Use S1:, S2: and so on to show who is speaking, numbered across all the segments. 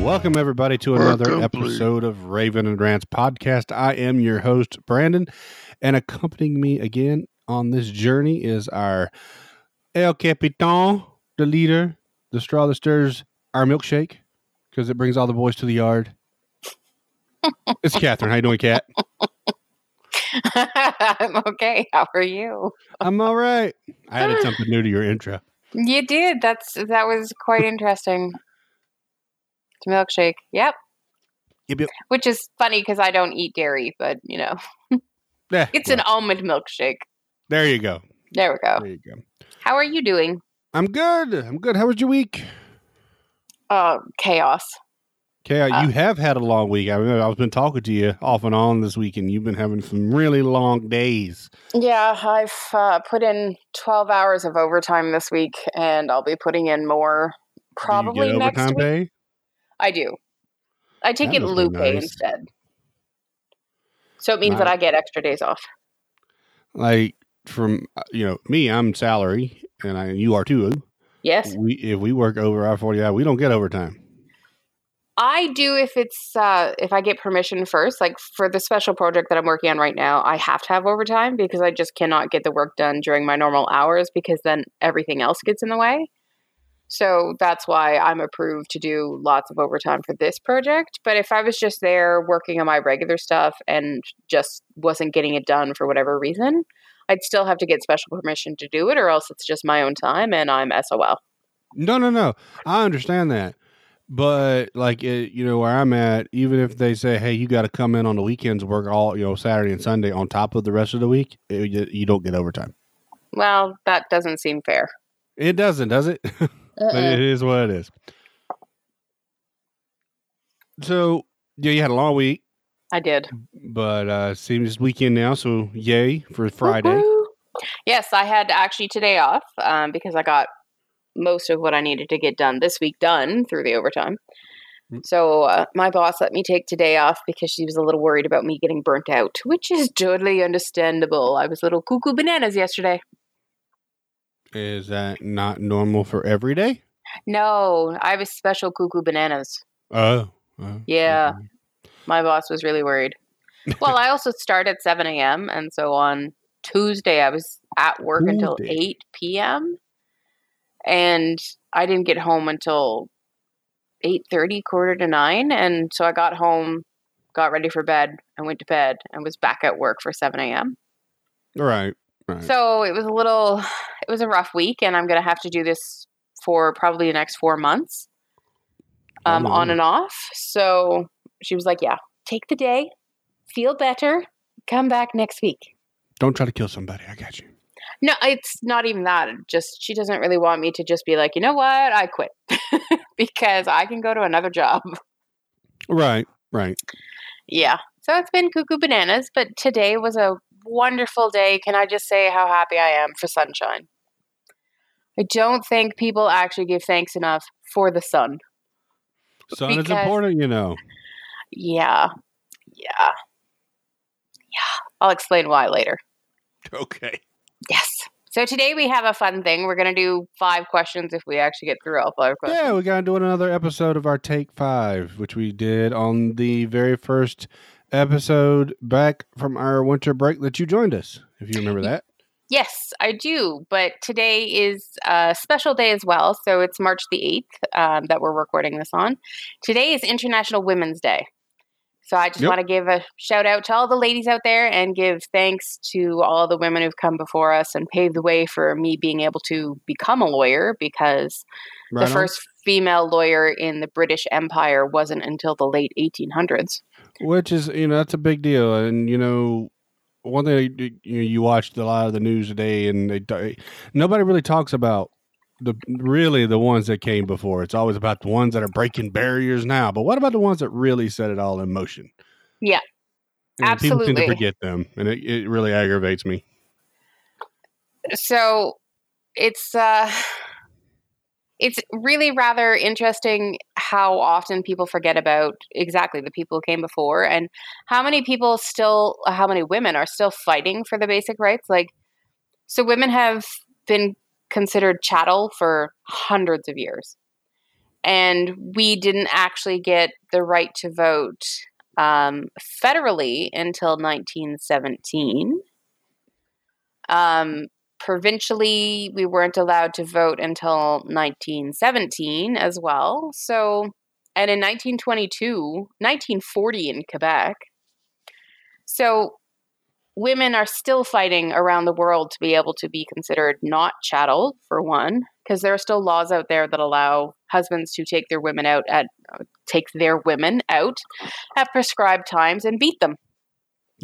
S1: Welcome, everybody, to another
S2: Welcome, please.
S1: episode of Raven and Rants podcast. I am your host, Brandon, and accompanying me again on this journey is our El Capitan, the leader, the straw that stirs our milkshake because it brings all the boys to the yard. it's Catherine. How you doing, Cat?
S3: I'm okay. How are you?
S1: I'm all right. I added something new to your intro.
S3: You did. That's that was quite interesting. It's milkshake. Yep.
S1: Yep, yep.
S3: Which is funny because I don't eat dairy, but you know,
S1: Yeah,
S3: it's
S1: well,
S3: an almond milkshake.
S1: there you go.
S3: There we go.
S1: There you go.
S3: How are you doing?
S1: I'm good. I'm good. How was your week?
S3: Uh, chaos.
S1: Okay,
S3: Uh,
S1: you have had a long week. I remember I've been talking to you off and on this week, and you've been having some really long days.
S3: Yeah, I've uh, put in 12 hours of overtime this week, and I'll be putting in more
S1: Do
S3: probably
S1: you get
S3: next
S1: overtime
S3: week.
S1: pay?
S3: I do. I take
S1: That
S3: it
S1: must be
S3: Lupe
S1: nice.
S3: instead. So it means that I get extra days off.
S1: Like from uh, you know me, I'm salary, and I you are too.
S3: Yes.
S1: We if we work over our forty hours, we don't get overtime.
S3: I do if it's uh, if I get permission first. Like for the special project that I'm working on right now, I have to have overtime because I just cannot get the work done during my normal hours because then everything else gets in the way. So that's why I'm approved to do lots of overtime for this project. But if I was just there working on my regular stuff and just wasn't getting it done for whatever reason, I'd still have to get special permission to do it, or else it's just my own time and I'm SOL.
S1: No, no, no. I understand that, but like it, you know where I'm at. Even if they say, "Hey, you got to come in on the weekends, and work all you know Saturday and Sunday on top of the rest of the week," it, you- you don't get overtime.
S3: Well, that doesn't seem fair.
S1: It doesn't, does it? but it is what it is. So yeah, you had a long week,
S3: I did.
S1: but uh seems it's weekend now, so yay for Friday.
S3: Woo-hoo. Mm-hmm. Yes, I had actually today off um, because I got most of what I needed to get done this week done through the overtime.
S1: Mm.
S3: So uh, my boss let me take today off because she was a little worried about me getting burnt out, which is totally understandable. I was little cuckoo bananas yesterday.
S1: Is that not normal for every day?
S3: No, I was special cuckoo bananas.
S1: Oh. oh,
S3: Yeah.
S1: okay.
S3: My boss was really worried. Well, I also start at 7 a.m. And so on Tuesday, I was at work until
S1: Tuesday.
S3: 8 p.m. And I didn't get home until 8.30, quarter to 9. And so I got home, got ready for bed, and went to bed and was back at work for 7 a.m.
S1: All right. Right.
S3: So it was a little, it was a rough week. And I'm going to have to do this for probably the next four months um,
S1: Oh,
S3: on
S1: no.
S3: and off. So she was like, "Yeah, take the day, feel better, come back next week."
S1: Don't try to kill somebody. I got you.
S3: No, it's not even that. It Just she doesn't really want me to just be like, you know what, I quit because I can go to another job.
S1: Right. Right.
S3: Yeah. So it's been cuckoo bananas, but today was a wonderful day. Can I just say how happy I am for sunshine? I don't think people actually give thanks enough for the sun.
S1: Sun is
S3: Because-
S1: important, you know.
S3: Yeah. Yeah. Yeah. I'll explain why later.
S1: Okay.
S3: Yes. So today we have a fun thing. We're going to do five questions if we actually get through all five questions.
S1: Yeah, we gotta do another episode of our Take Five, which we did on the very first episode back from our winter break that you joined us, if you remember that.
S3: Yes, I do. But today is a special day as well. So it's March the 8th um, that we're recording this on. Today is International Women's Day. So I just
S1: Yep.
S3: want to give a shout out to all the ladies out there and give thanks to all the women who've come before us and paved the way for me being able to become a lawyer because
S1: Right
S3: the
S1: on?
S3: first female lawyer in the British Empire wasn't until the late 1800s.
S1: which is you know that's a big deal and you know one thing you, you, you watched a lot of the news today and they, t- nobody really talks about the really the ones that came before it's always about the ones that are breaking barriers now but what about the ones that really set it all in motion
S3: Yeah.
S1: And people seem to
S3: Absolutely.
S1: forget them and it, it really aggravates me
S3: So it's uh it's really rather interesting how often people forget about exactly the people who came before and how many people still how many women are still fighting for the basic rights like so women have been considered chattel for hundreds of years and we didn't actually get the right to vote um, federally until 1917. Um, provincially, we weren't allowed to vote until 1917 as well. So, and in 1922, 1940 in Quebec. So, women are still fighting around the world to be able to be considered not chattel, for one, because there are still laws out there that allow husbands to take their women out at uh, take their women out at prescribed times and beat them.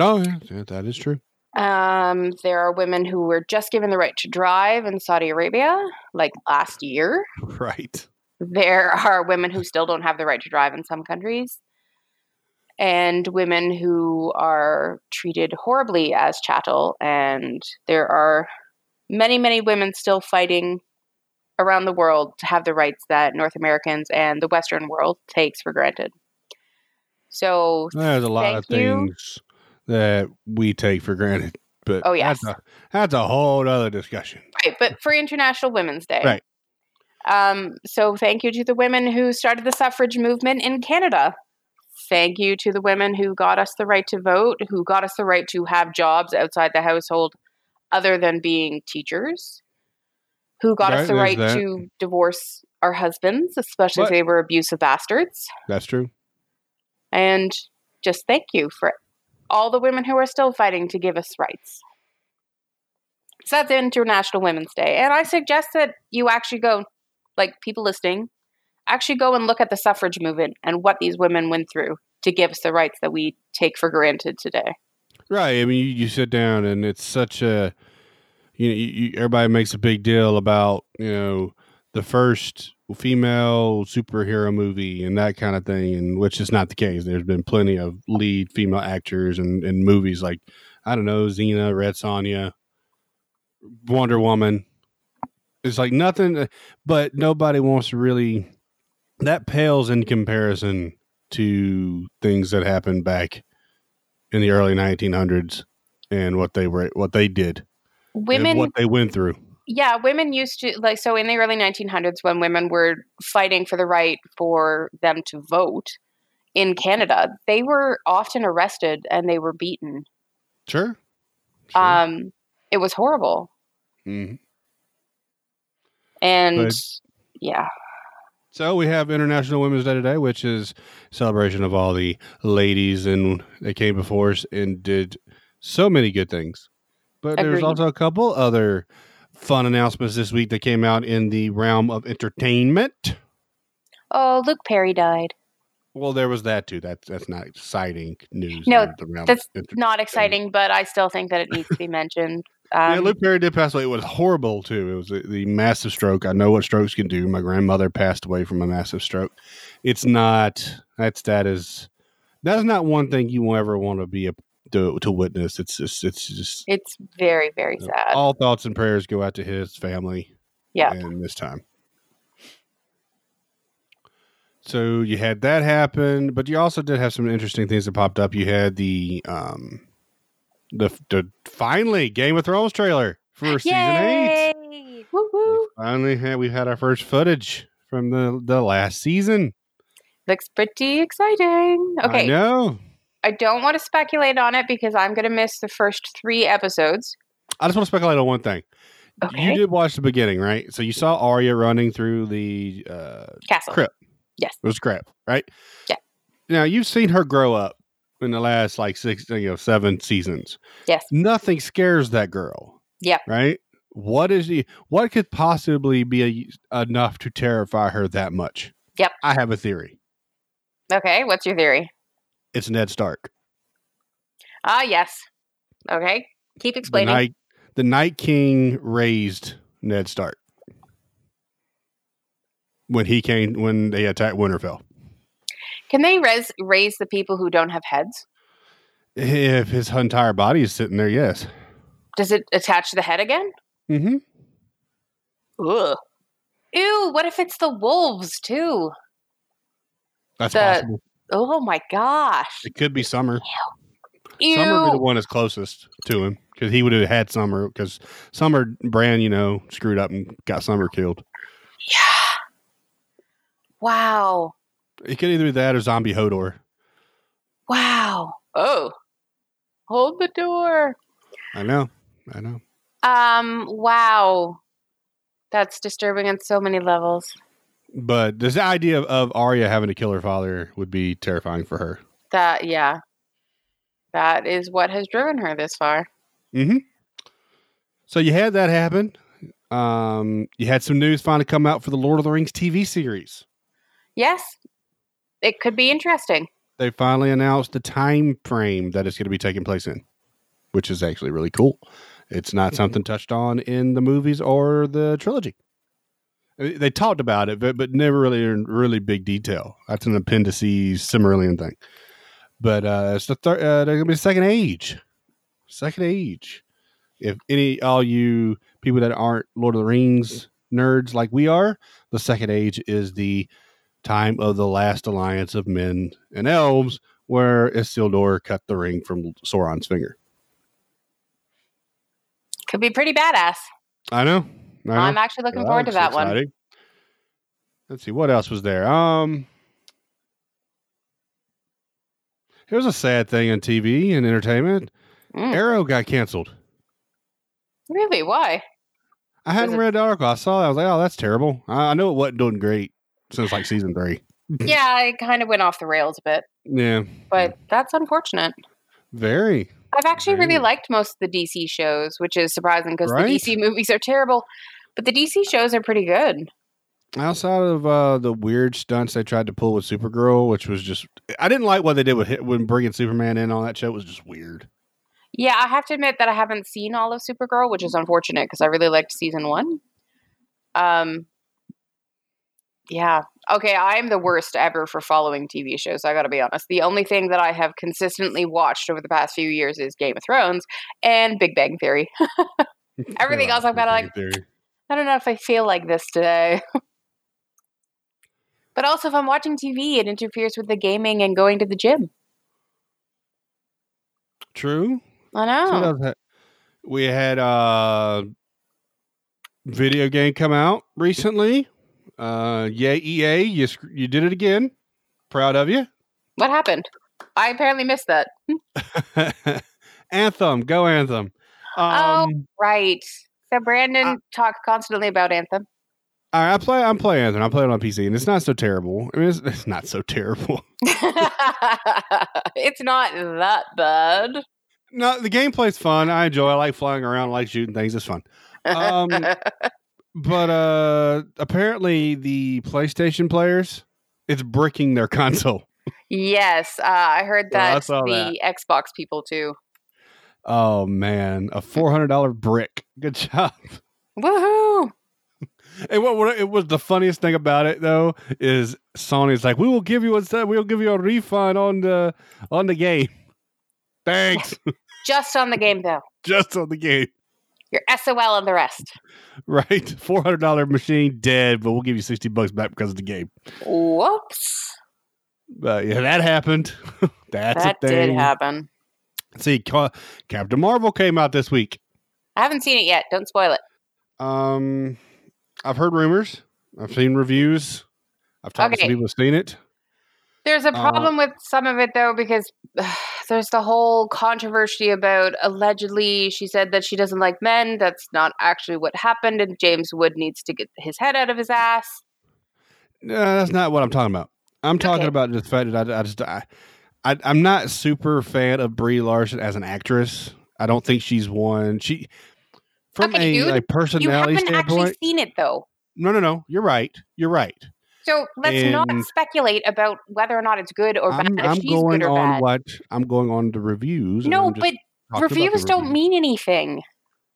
S1: Oh, yeah, yeah, that is true.
S3: Um, there are women who were just given the right to drive in Saudi Arabia, like last year.
S1: Right.
S3: There are women who still don't have the right to drive in some countries, and women who are treated horribly as chattel. And there are many, many women still fighting around the world to have the rights that North Americans and the Western world takes for granted. So,
S1: There's a lot of
S3: Thank you.
S1: things that we take for granted, but
S3: Oh, yes.
S1: that's a, that's a whole other discussion.
S3: right, but for International Women's Day.
S1: Right.
S3: Um, so thank you to the women who started the suffrage movement in Canada. Thank you to the women who got us the right to vote, who got us the right to have jobs outside the household other than being teachers, who got
S1: Right,
S3: us the
S1: there's
S3: right
S1: that.
S3: to divorce our husbands, especially
S1: What?
S3: if they were abusive bastards.
S1: That's true.
S3: And just thank you for all the women who are still fighting to give us rights. So that's International Women's Day. And I suggest that you actually go, like people listening, actually go and look at the suffrage movement and what these women went through to give us the rights that we take for granted today.
S1: Right. I mean, you, you sit down and it's such a, you know, you, you, everybody makes a big deal about, you know, the first female superhero movie and that kind of thing, and which is not the case. There's been plenty of lead female actors and, and movies like, I don't know, Xena, Red Sonja, Wonder Woman. It's like nothing, uh, but nobody wants to really, that pales in comparison to things that happened back in the early 1900s and what they were what they did and
S3: Women
S1: what they went through
S3: yeah women used to like so in the early 1900s when women were fighting for the right for them to vote in canada they were often arrested and they were beaten
S1: sure,
S3: um it was horrible
S1: Mhm.
S3: and
S1: Right.
S3: yeah
S1: so we have international women's day today which is celebration of all the ladies and that came before us and did so many good things but there's
S3: Agreed.
S1: also a couple other fun announcements this week that came out in the realm of entertainment
S3: oh luke perry died
S1: well there was that too that's that's not exciting news
S3: No,
S1: in the realm of
S3: that's
S1: enter-
S3: not exciting but i still think that it needs to be mentioned um,
S1: yeah, Luke Perry did pass away. It was horrible too. It was the, the massive stroke. I know what strokes can do. My grandmother passed away from a massive stroke. It's not that's that is that's not one thing you will ever want to be a to, to witness. It's just it's just
S3: it's very very sad
S1: all thoughts and prayers go out to his family.
S3: Yeah.
S1: and this time. So you had that happen, but you also did have some interesting things that popped up. You had the um the, the finally Game of Thrones trailer for season eight.
S3: Yay! Woo-woo.
S1: Finally, had, we've had our first footage from the the last season.
S3: looks pretty exciting okay
S1: I know.
S3: I don't want to speculate on it because I'm going to miss the first three episodes.
S1: I just want to speculate on one thing.
S3: Okay.
S1: You did watch the beginning, right? So you saw Arya running through the uh,
S3: Castle.
S1: Crip.
S3: Yes.
S1: it was crap, right?
S3: Yeah.
S1: Now you've seen her grow up in the last like six, you know, seven seasons.
S3: Yes.
S1: Nothing scares that girl.
S3: Yeah.
S1: Right. What is the what could possibly be a, enough to terrify her that much?
S3: Yep.
S1: I have a theory.
S3: Okay. What's your theory?
S1: It's Ned Stark.
S3: Ah, yes. Okay. Keep explaining.
S1: The Night, the Night King raised Ned Stark when he came when they attacked Winterfell.
S3: Can they res- raise the people who don't have heads?
S1: If his entire body is sitting there, yes.
S3: Does it attach to the head again?
S1: Mm-hmm.
S3: Ugh. Ew. What if it's the wolves too?
S1: That's
S3: The-
S1: possible.
S3: Oh my gosh.
S1: It could be Summer.
S3: Ew.
S1: Summer would be the one that's closest to him because he would have had Summer because Summer Bran, you know, screwed up and got Summer killed.
S3: yeah. Wow.
S1: It could either be that or Zombie Hodor.
S3: Wow. Oh. Hold the door.
S1: I know. I know.
S3: Um, wow. That's disturbing on so many levels.
S1: But this idea of, of Arya having to kill her father would be terrifying for her.
S3: That yeah. That is what has driven her this far.
S1: Mm-hmm. So you had that happen. Um, you had some news finally come out for the Lord of the Rings TV series.
S3: Yes. It could be interesting.
S1: They finally announced the time frame that it's going to be taking place in, which is actually really cool. It's not something touched on in the movies or the trilogy. Uh, They talked about it, but but never really in really big detail. That's an appendices Cimmerillion thing. But uh, it's the third. Uh, they're gonna be second age, second age. If any all you people that aren't Lord of the Rings nerds like we are, the second age is the time of the last alliance of men and elves, where Isildur cut the ring from Sauron's finger.
S3: Could be pretty badass.
S1: I know. I know.
S3: I'm actually looking forward to that one.
S1: Let's see what else was there. Um, here's a sad thing in TV and entertainment.
S3: Mm.
S1: Arrow got canceled.
S3: Really? Why?
S1: I hadn't
S3: it-
S1: read the article. I saw that. I was like, oh, that's terrible. I, I know it wasn't doing great since like season three.
S3: yeah, I kind of went off the rails a bit,
S1: Yeah,
S3: but that's unfortunate.
S1: very.
S3: I've actually really
S1: Very.
S3: liked most of the DC shows, which is surprising because
S1: Right?
S3: the DC movies are terrible, but the DC shows are pretty good.
S1: Outside of uh, the weird stunts they tried to pull with Supergirl, which was just, I didn't like what they did with hit, when bringing Superman in on that show. It was just weird.
S3: Yeah, I have to admit that I haven't seen all of Supergirl, which is unfortunate because I really liked season one. Um, yeah. Okay, I'm the worst ever for following TV shows. I got to be honest. The only thing that I have consistently watched over the past few years is Game of Thrones and Big Bang Theory. Everything else I've gotta, like,
S1: Theory.
S3: I don't know if I feel like this today. but also, if I'm watching TV, it interferes with the gaming and going to the gym.
S1: True.
S3: I
S1: So what
S3: know.
S1: else had- we had uh video game come out recently. Uh yay EA, you sc- you did it again. Proud of you.
S3: What happened? I apparently missed that.
S1: Anthem, go Anthem. Um
S3: Oh. Right. So Brandon talked constantly about Anthem.
S1: all right, I play I'm playing Anthem. I play it on PC and it's not so terrible. I mean it's, it's not so terrible.
S3: it's not that bad.
S1: No, the gameplay's fun. I enjoy. it. I like flying around, I like shooting things. It's fun. Um but uh apparently the PlayStation players it's bricking their console.
S3: yes, uh, I heard
S1: Yeah, I
S3: that
S1: saw
S3: the Xbox people too.
S1: Oh man, a four hundred dollar brick. Good job.
S3: Woohoo!
S1: And what, what it was the funniest thing about it though is Sony's like, we will give you a we'll give you a refund on the on the game. Thanks,
S3: Just on the game though.
S1: just on the game,
S3: Your SOL and the rest.
S1: right? Four hundred dollar machine dead, but we'll give you sixty bucks back because of the game.
S3: Whoops.
S1: But yeah, that happened. That's
S3: that
S1: a thing.
S3: did happen.
S1: See, Ca- Captain Marvel came out this week.
S3: I haven't seen it yet. Don't spoil it.
S1: Um, I've heard rumors. I've seen reviews. I've talked to some
S3: Okay.
S1: people who've seen it.
S3: There's a
S1: Uh,
S3: problem with some of it though because there's the whole controversy about allegedly she said that she doesn't like men. That's not actually what happened, and James Wood needs to get his head out of his ass.
S1: No, that's not what I'm talking about. I'm talking
S3: Okay.
S1: about the fact that I, I just I, I I'm not super fan of Brie Larson as an actress. I don't think she's one. She from
S3: Okay,
S1: a
S3: dude,
S1: like
S3: You
S1: personality
S3: haven't
S1: standpoint.
S3: actually seen it though,
S1: No, no, no. You're right. You're right.
S3: so let's not
S1: And-
S3: speculate about whether or not it's good or
S1: I'm,
S3: bad.
S1: I'm
S3: if she's
S1: going
S3: good or
S1: on
S3: bad.
S1: what I'm going on the reviews. and
S3: no,
S1: I'm just
S3: but
S1: talking about the
S3: reviews don't
S1: reviews.
S3: mean anything.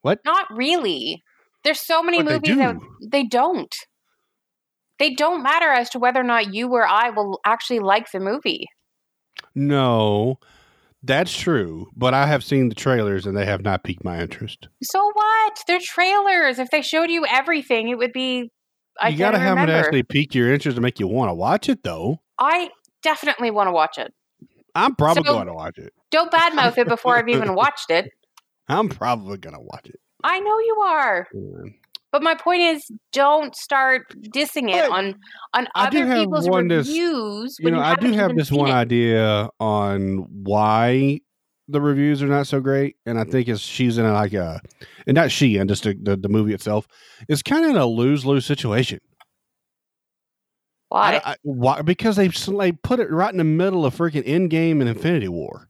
S1: What?
S3: Not really. There's so many
S1: But they
S3: movies that
S1: do.
S3: they don't. They don't matter as to whether or not you or I will actually like the movie.
S1: No, that's true. But I have seen the trailers and they have not piqued my interest.
S3: So what? They're trailers. If they showed you everything, it would be. I
S1: you gotta
S3: can't
S1: have
S3: remember.
S1: it actually pique your interest to make you want to watch it, though.
S3: I definitely want to watch it.
S1: I'm probably
S3: So-
S1: going to watch it.
S3: Don't badmouth it before I've even watched it.
S1: I'm probably gonna watch it.
S3: I know you are, But my point is, don't start dissing it
S1: But
S3: on on
S1: I do
S3: other
S1: have
S3: people's
S1: one that's-
S3: reviews.
S1: you
S3: when
S1: know, I
S3: haven't
S1: do have
S3: even
S1: this
S3: seen
S1: one
S3: it.
S1: idea on why the reviews are not so great, and I think it's she's in like a, and not she, and just the, the, the movie itself is kind of in a lose lose situation.
S3: Why?
S1: I- I- why? Because they s- like put it right in the middle of freaking Endgame and Infinity War.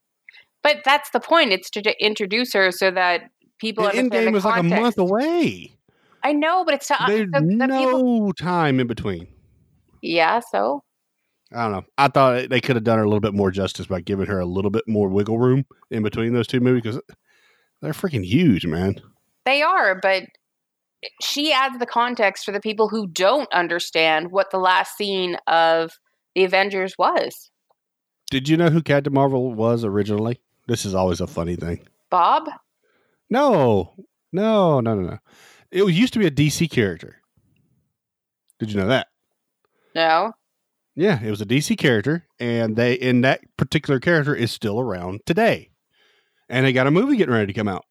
S3: but that's the point. It's to d- introduce her so that people
S1: And
S3: understand
S1: Endgame
S3: the
S1: was like a month
S3: context.
S1: away.
S3: I know, but it's to
S1: There's
S3: so that
S1: no
S3: people.
S1: time in between.
S3: Yeah. So
S1: I don't know. I thought it- they could have done her a little bit more justice by giving her a little bit more wiggle room in between those two movies because they're freaking huge, man.
S3: They are, but she adds the context for the people who don't understand what the last scene of the Avengers was.
S1: Did you know who Captain Marvel was originally? This is always a funny thing.
S3: Bob?
S1: No, no, no, no, no. It was- used to be a DC character. Did you know that?
S3: No.
S1: Yeah, it was a DC character, and they and that particular character is still around today. And they got a movie getting ready to come out.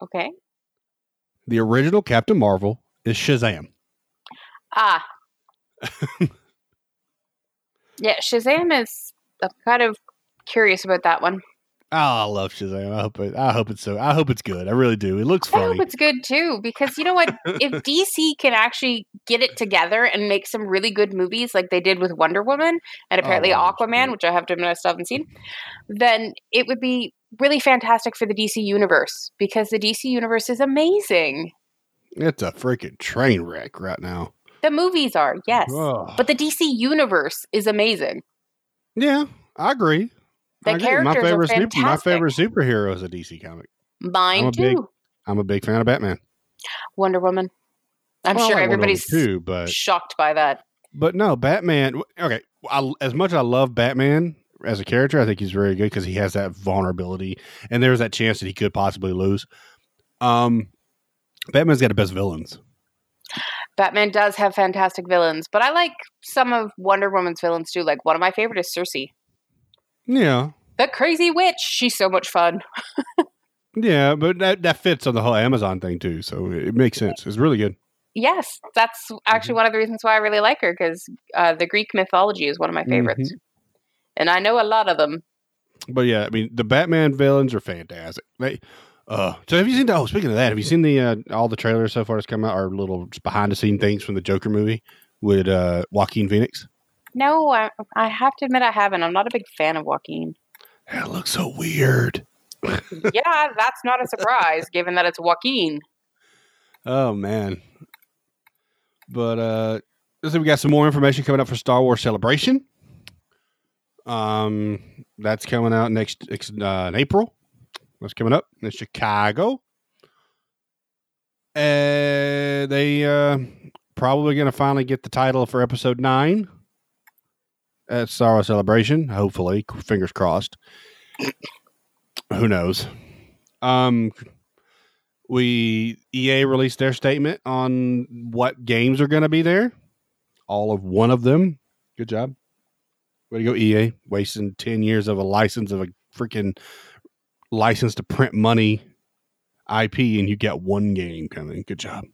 S3: Okay.
S1: The original Captain Marvel is Shazam.
S3: Ah. yeah, Shazam is. I'm kind of curious about that one.
S1: Oh, I love Shazam. I hope it, I hope it's so. I hope it's good. I really do. It looks
S3: I
S1: funny.
S3: hope it's good too, because you know what? if DC can actually get it together and make some really good movies like they did with Wonder Woman and
S1: Oh,
S3: apparently
S1: Wonder Woman's
S3: Aquaman,
S1: great.
S3: which I have to admit I still haven't seen, then it would be really fantastic for the DC universe because the DC universe is amazing.
S1: It's a freaking train wreck right now.
S3: The movies are, yes.
S1: Ugh.
S3: But the DC universe is amazing.
S1: yeah, I agree.
S3: The
S1: I agree.
S3: characters are
S1: super- my
S3: fantastic.
S1: favorite superhero is a DC comic. I'm a
S3: Mine too.
S1: big- I'm a big fan of Batman.
S3: Wonder Woman. I'm
S1: Well, Oh, I
S3: sure
S1: like Wonder Woman
S3: everybody's
S1: too, but
S3: shocked by that.
S1: But no, Batman. Okay, I, as much as I love Batman as a character, I think he's very good because he has that vulnerability, and there's that chance that he could possibly lose. Um, Batman's got the best villains.
S3: Batman does have fantastic villains, but I like some of Wonder Woman's villains too. Like one of my favorite is Cersei,
S1: Yeah,
S3: the crazy witch. She's so much fun.
S1: yeah, but that that fits on the whole Amazon thing too, so it makes sense. It's really good.
S3: Yes, that's actually one of the reasons why I really like her because uh, the Greek mythology is one of my favorites, and I know a lot of them.
S1: But yeah, I mean, the Batman villains are fantastic. They, uh, so have you seen? The, oh, speaking of that, have you seen the uh, all the trailers so far that's come out? Our little behind the scene things from the Joker movie with uh, Joaquin Phoenix.
S3: No, I, I have to admit I haven't. I'm not a big fan of Joaquin.
S1: That looks so weird.
S3: yeah, that's not a surprise given that it's Joaquin.
S1: Oh man. But uh looks like we got some more information coming up for Star Wars Celebration. Um that's coming out next ex- uh, in April. That's coming up in Chicago. Uh they uh probably gonna finally get the title for episode nine at Star Wars Celebration, hopefully. Fingers crossed. Who knows? Um we EA released their statement on what games are going to be there. All of one of them. Good job. Way to go, EA. Wasting 10 years of a license of a freaking license to print money IP, and you got one game coming. Good job.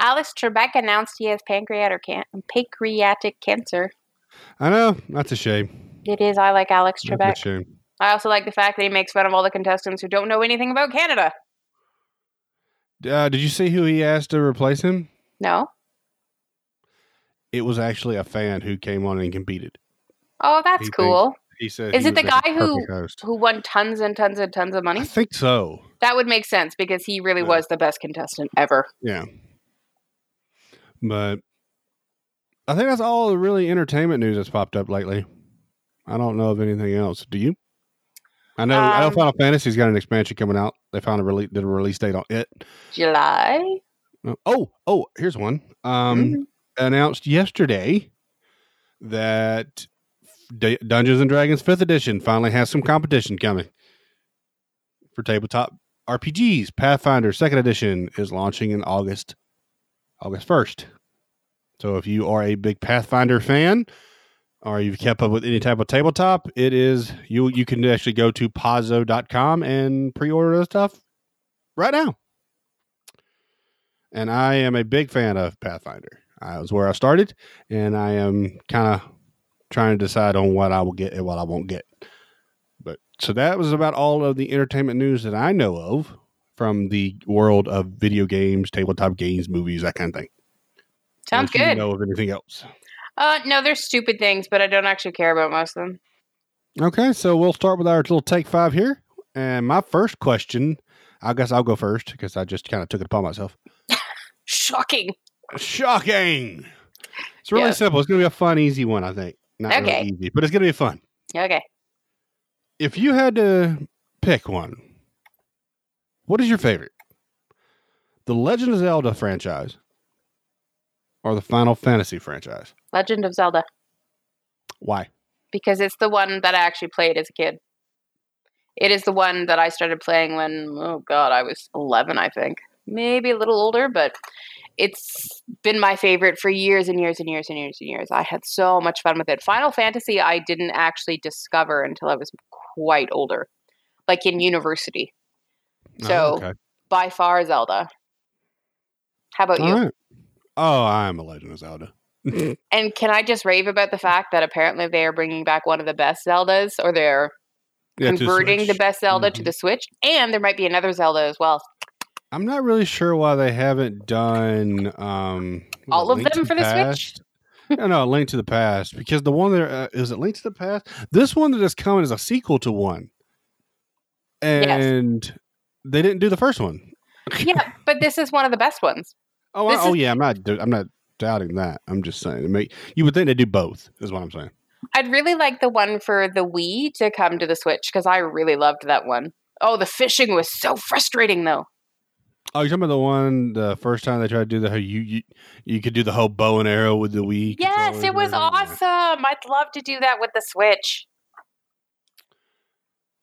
S3: Alex Trebek announced he has pancreatic can- pancreatic cancer.
S1: I know. That's a shame.
S3: It is. I like Alex
S1: That's
S3: Trebek.
S1: a shame.
S3: I also like the fact that he makes fun of all the contestants who don't know anything about Canada.
S1: Uh, did you see who he asked to replace him?
S3: No.
S1: It was actually a fan who came on and competed.
S3: Oh, that's
S1: He thinks-
S3: cool.
S1: He said,
S3: Is
S1: he
S3: it the
S1: was a
S3: guy who-
S1: perfect host.
S3: Who won tons and tons and tons
S1: I
S3: of money?
S1: think so.
S3: That would make sense because he really
S1: Yeah.
S3: was the best contestant ever.
S1: Yeah. But I think that's all the really entertainment news that's popped up lately. I don't know of anything else. Do you? I know I know
S3: Um,
S1: Final Fantasy's got an expansion coming out. They found a release did a release date on it.
S3: July?
S1: Oh, oh, here's one. Um
S3: Mhm.
S1: announced yesterday that D- Dungeons and Dragons 5th edition finally has some competition coming for tabletop RPGs. Pathfinder 2nd edition is launching in August August 1st. So if you are a big Pathfinder fan or you've kept up with any type of tabletop, it is you you can actually go to Pazzo.com and pre-order the stuff right now. and I am a big fan of Pathfinder. I was where I started, and I am kind of trying to decide on what I will get and what I won't get. But so that was about all of the entertainment news that I know of from the world of video games, tabletop games, movies, that kind of thing.
S3: Sounds
S1: Unless you
S3: good.
S1: Know of anything else?
S3: Uh, no, they're stupid things, but I don't actually care about most of them.
S1: Okay, so we'll start with our little take five here. And my first question, I guess I'll go first because I just kind of took it upon myself.
S3: Shocking.
S1: Shocking! It's really
S3: Yeah.
S1: simple. It's going to be a fun, easy one, I think. Not really
S3: Okay.
S1: easy, but it's going to be fun.
S3: Okay.
S1: If you had to pick one, what is your favorite? The Legend of Zelda franchise or the Final Fantasy franchise?
S3: Legend of Zelda,
S1: Why?
S3: because it's the one that I actually played as a kid. It is the one that I started playing when, oh God, I was 11, I think. Maybe a little older, but it's been my favorite for years and years and years and years and years. I had so much fun with it. Final Fantasy, I didn't actually discover until I was quite older, like in university. So-
S1: okay.
S3: By far, Zelda. How about you?
S1: All right. Oh, I am a Legend of Zelda.
S3: And can I just rave about the fact that apparently they are bringing back one of the best Zeldas, or they're
S1: Yeah, to
S3: converting the
S1: Switch.
S3: best Zelda to
S1: Mhm.
S3: the Switch, and there might be another Zelda as well.
S1: I'm not really sure why they haven't done um was
S3: All
S1: it
S3: of
S1: Link to
S3: them for the Switch?
S1: Past? No, no, Link to the Past because the one there uh, is it Link to the Past. This one that is coming is a sequel to one, and they didn't do the first one.
S3: yeah, but this is one of the best ones.
S1: Oh, I-
S3: This
S1: oh yeah, I'm not. do- I'm not doubting that. I'm just saying. it Make, you would think they do both. Is what I'm saying.
S3: I'd really like the one for the Wii to come to the Switch because I really loved that one. Oh, the fishing was so frustrating though.
S1: Oh, you're talking about the one the first time they tried to do the how you you, you could do the whole bow and arrow with the Wii.
S3: Yes,
S1: controller
S3: it
S1: and
S3: was
S1: everything? Yeah.
S3: awesome. I'd love to do that with the Switch,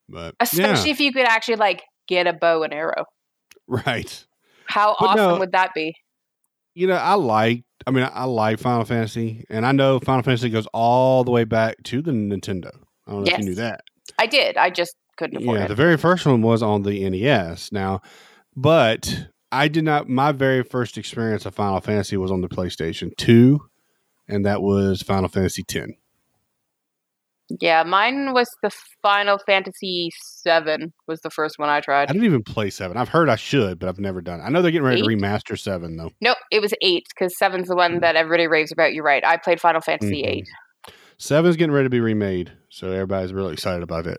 S1: But
S3: especially if you could actually like get a bow and arrow.
S1: yeah, right.
S3: How
S1: But
S3: awesome
S1: no,
S3: would that be?
S1: you know, I like. I mean, I like Final Fantasy, and I know Final Fantasy goes all the way back to the Nintendo. I don't know if
S3: Yes.
S1: you knew that.
S3: I did. I just couldn't afford
S1: Yeah,
S3: it.
S1: the very first one was on the NES. Now, but I did not. My very first experience of Final Fantasy was on the PlayStation Two, and that was Final Fantasy Ten.
S3: Yeah, mine was the Final Fantasy Seven was the first one I
S1: I
S3: tried.
S1: didn't even play Seven. I've heard I should, but I've never done. It. I know they're getting ready to
S3: Eight?
S1: remaster Seven though.
S3: No, it was eight because seven's the one that everybody raves about. You're right. I played Final Fantasy
S1: Mhm.
S3: eight.
S1: Seven's getting ready to be remade, so everybody's really excited about it.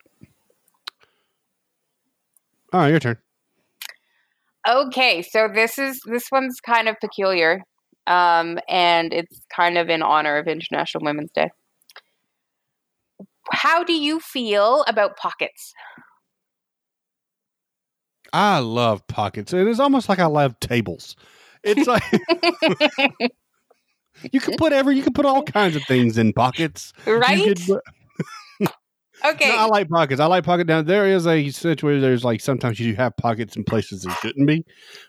S1: All right, your turn.
S3: Okay, so this is this one's kind of peculiar, um, and it's kind of in honor of International Women's Day. How do you feel about pockets?
S1: I love pockets. and It is almost like I love tables. It's like you can put every you can put all kinds of things in pockets. You
S3: Right?
S1: could put-
S3: Okay.
S1: No, I like pockets. I like pocket down. There is a situation. There's like sometimes you have pockets in places that shouldn't be,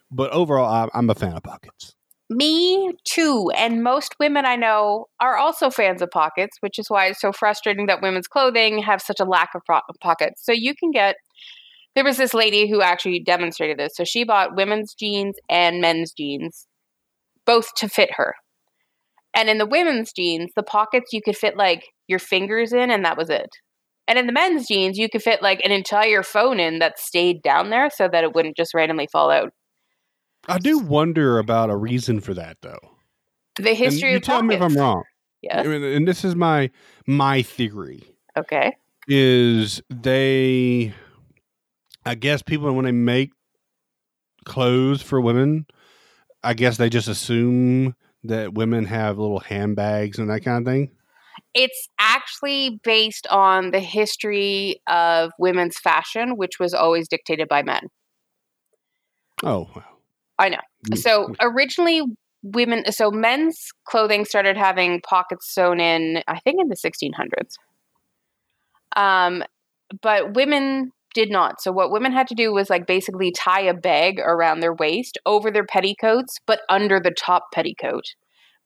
S1: but overall, I, I'm a fan of pockets.
S3: Me too. And most women I know are also fans of pockets, which is why it's so frustrating that women's clothing have such a lack of pro- pockets. So you can get. There was this lady who actually demonstrated this. So she bought women's jeans and men's jeans, both to fit her. And in the women's jeans, the pockets you could fit like your fingers in, and that was it. And in the men's jeans, you could fit like an entire phone in that stayed down there so that it wouldn't just randomly fall out.
S1: I do wonder about a reason for that though.
S3: The
S1: And
S3: history
S1: you
S3: of
S1: tell
S3: pockets.
S1: me if I'm wrong. I
S3: Yes.
S1: mean, and this is my my theory.
S3: Okay.
S1: is they I guess people when they make clothes for women, I guess they just assume that women have little handbags and that kind of thing.
S3: it's actually based on the history of women's fashion, which was always dictated by men.
S1: Oh, wow.
S3: I know.
S1: Mm.
S3: So originally, women, so men's clothing started having pockets sewn in, I think, in the 1600s. Um, but women did not. So what women had to do was like basically tie a bag around their waist over their petticoats, but under the top petticoat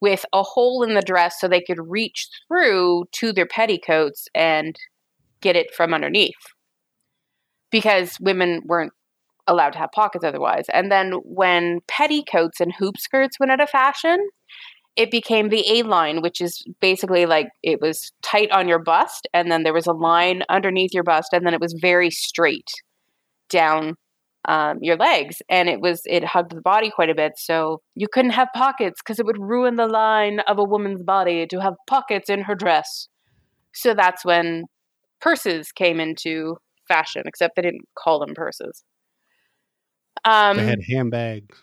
S3: with a hole in the dress so they could reach through to their petticoats and get it from underneath because women weren't allowed to have pockets otherwise. And then when petticoats and hoop skirts went out of fashion, it became the A line, which is basically like it was tight on your bust, and then there was a line underneath your bust, and then it was very straight down um, your legs, and it was it hugged the body quite a bit. So you couldn't have pockets because it would ruin the line of a woman's body to have pockets in her dress. So that's when purses came into fashion, except they didn't call them purses. Um,
S1: they had handbags.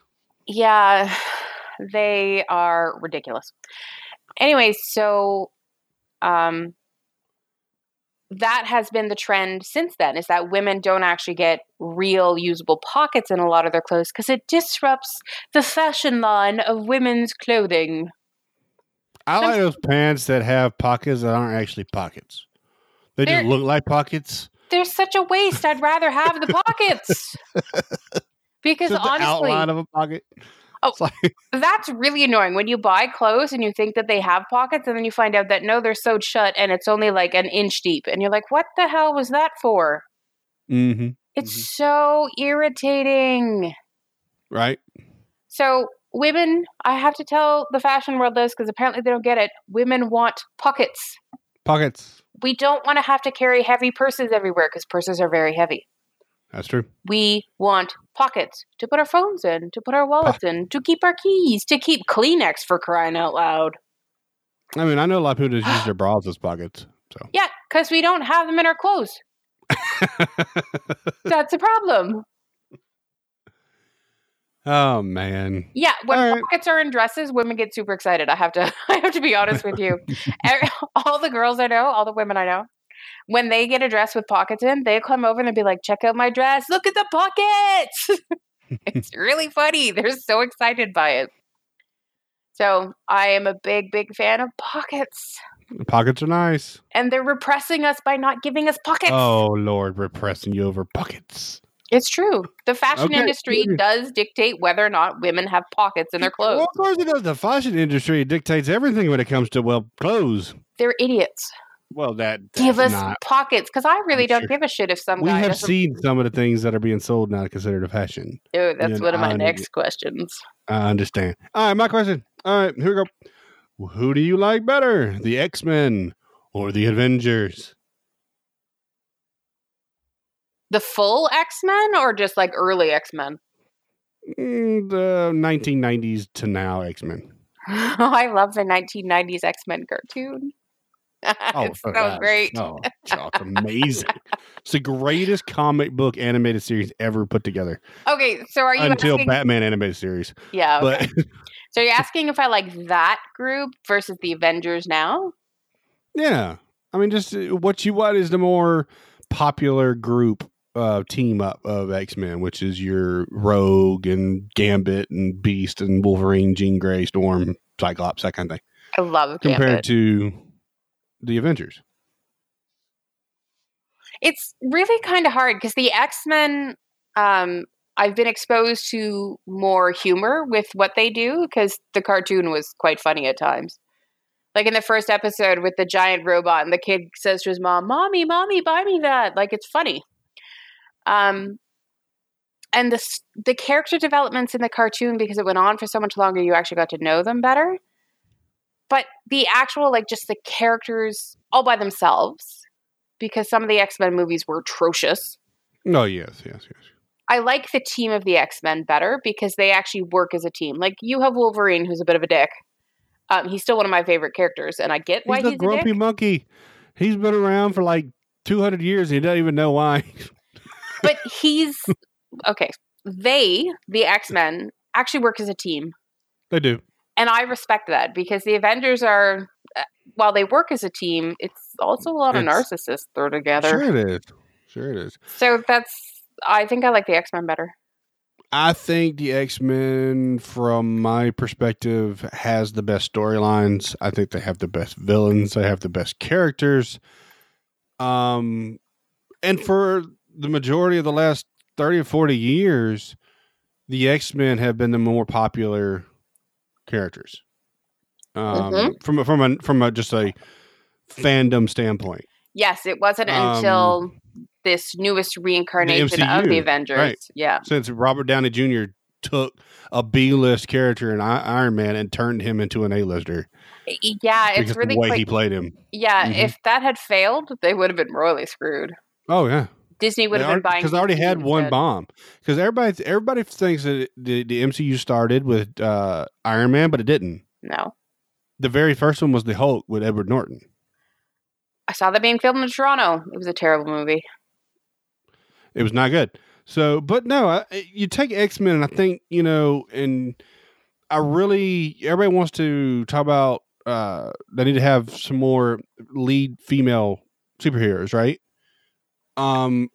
S3: yeah, they are ridiculous. Anyway, so um, that has been the trend since then is that women don't actually get real usable pockets in a lot of their clothes because it disrupts the fashion line of women's clothing.
S1: I
S3: Some-
S1: like those pants that have pockets that aren't actually pockets. They
S3: They're-
S1: just look like pockets.
S3: There's such a waste. I'd rather have the pockets. Because
S1: Just the
S3: honestly,
S1: outline of a pocket.
S3: Oh.
S1: It's like-
S3: That's really annoying when you buy clothes and you think that they have pockets and then you find out that no, they're sewed shut and it's only like an inch deep. And you're like, what the hell was that for?
S1: Mhm.
S3: It's
S1: Mhm.
S3: so irritating.
S1: right?
S3: So, women, I have to tell the fashion world this because apparently they don't get it. Women want pockets.
S1: Pockets.
S3: We don't want to have to carry heavy purses everywhere because purses are very heavy.
S1: That's true.
S3: We want pockets to put our phones in, to put our wallets in, to keep our keys, to keep Kleenex for crying out loud.
S1: I mean, I know a lot of people just use their bras as pockets. So
S3: Yeah, because we don't have them in our clothes. That's a problem.
S1: Oh man.
S3: Yeah, when
S1: All right.
S3: pockets are in dresses, women get super excited. I have to, I have to be honest with you. Every- all the girls I know, all the women I know, when they get a dress with pockets in, they come over and they'll be like, "Check out my dress! Look at the pockets!" it's really funny. They're so excited by it. So I am a big, big fan of pockets,
S1: Pockets are nice.
S3: and they're repressing us by not giving us pockets.
S1: Oh Lord, repressing you over pockets.
S3: It's true. The fashion
S1: Okay,
S3: industry
S1: good.
S3: does dictate whether or not women have pockets in their clothes.
S1: Well, of course it does. The fashion industry dictates everything when it comes to well clothes.
S3: They're idiots.
S1: Well, that
S3: Give
S1: that's
S3: us
S1: not.
S3: pockets, because I really
S1: I'm
S3: don't
S1: sure.
S3: give a shit if some
S1: We
S3: guy
S1: have
S3: doesn't.
S1: seen some of the things that are being sold now considered a fashion.
S3: Ew, that's
S1: an
S3: one of my
S1: iron
S3: next questions.
S1: I understand. All right, my question. All right, here we go. Who do you like better, the X Men or the Avengers?
S3: The full X Men or just like early X Men?
S1: Mm, the 1990s to now X Men.
S3: Oh, I love the 1990s X Men cartoon. it's so great.
S1: Oh, God, it's amazing. it's the greatest comic book animated series ever put together
S3: Okay, so are you
S1: until
S3: asking?
S1: Batman animated series.
S3: yeah, okay.
S1: But
S3: so you're asking if I like that group versus the Avengers now?
S1: yeah, I mean, just uh, what you want is the more popular group uh, team up of X Men, which is your Rogue and Gambit and Beast and Wolverine, Jean Grey, Storm, Cyclops, that kind of thing,
S3: I love Gambit.
S1: compared to the Avengers.
S3: it's really kind of hard because the X Men. Um, I've been exposed to more humor with what they do because the cartoon was quite funny at times. Like in the first episode with the giant robot, and the kid says to his mom, "Mommy, mommy, buy me that!" Like it's funny. Um, and the s- the character developments in the cartoon because it went on for so much longer, you actually got to know them better. But the actual, like, just the characters all by themselves, because some of the X Men movies were atrocious.
S1: Oh yes, yes, yes.
S3: I like the team of the X Men better because they actually work as a team. Like you have Wolverine, who's a bit of a dick. Um, he's still one of my favorite characters, and I get why
S1: he's a
S3: he's a
S1: grumpy
S3: dick.
S1: monkey. He's been around for like 200 years and he doesn't even know why.
S3: But he's okay. They, the X Men, actually work as a team,
S1: they do.
S3: and I respect that because the Avengers are, uh, while they work as a team, it's also a lot of
S1: It's-
S3: narcissists thrown together.
S1: Sure it is. Sure it is.
S3: So that's. I think I like the X Men better.
S1: I think the X Men, from my perspective, has the best storylines. I think they have the best villains. They have the best characters. Um, and for the majority of the last thirty or forty years, the X Men have been the more popular characters. Um,
S3: Mhm.
S1: from a, from a, from a, just a fandom standpoint.
S3: Yes, it wasn't
S1: Um,
S3: until this newest reincarnation of
S1: MCU,
S3: the Avengers.
S1: right.
S3: Yeah.
S1: Since Robert Downey Jr. took a B list character in I- Iron Man and turned him into an A lister
S3: Yeah,
S1: because
S3: it's really
S1: the way
S3: quite,
S1: he played him.
S3: yeah,
S1: Mhm.
S3: if that had failed, they would have been royally screwed.
S1: Oh yeah,
S3: Disney would have been buying
S1: because I already had
S3: DCU
S1: one
S3: instead.
S1: bomb. Because everybody everybody thinks that it- the, the MCU started with uh, Iron Man, but it didn't.
S3: No.
S1: The very first one was the Hulk with Edward Norton.
S3: I saw that being filmed in Toronto. It was a terrible movie.
S1: It was not good. So, but no, I, eh, you take X Men, and I think you know, and I really everybody wants to talk about. uh They need to have some more lead female superheroes, right? Um,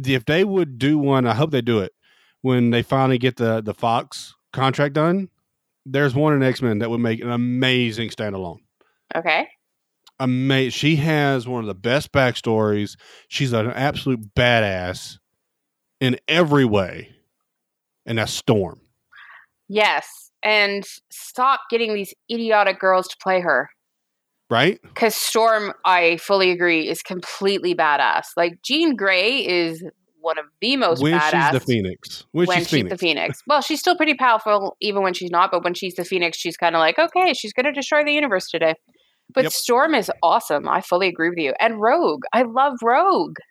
S1: d- if they would do one, I hope they do it when they finally get the the Fox contract done. There's one in X Men that would make an amazing standalone
S3: Okay.
S1: amazing. She has one of the best backstories. She's an absolute badass in every way, and that's Storm.
S3: Yes. And stop getting these idiotic girls to play her.
S1: Right?
S3: Because Storm, I fully agree, is completely badass. Like Jean Grey is one of the most
S1: when
S3: badass.
S1: she's the Phoenix. When,
S3: when
S1: she's
S3: she's,
S1: Phoenix.
S3: the Phoenix. Well, she's still pretty powerful even when she's not, but when she's the Phoenix, she's kind of like, okay, she's going to destroy the universe today. But
S1: Yep.
S3: Storm is awesome. I fully agree with you. And Rogue. I love Rogue.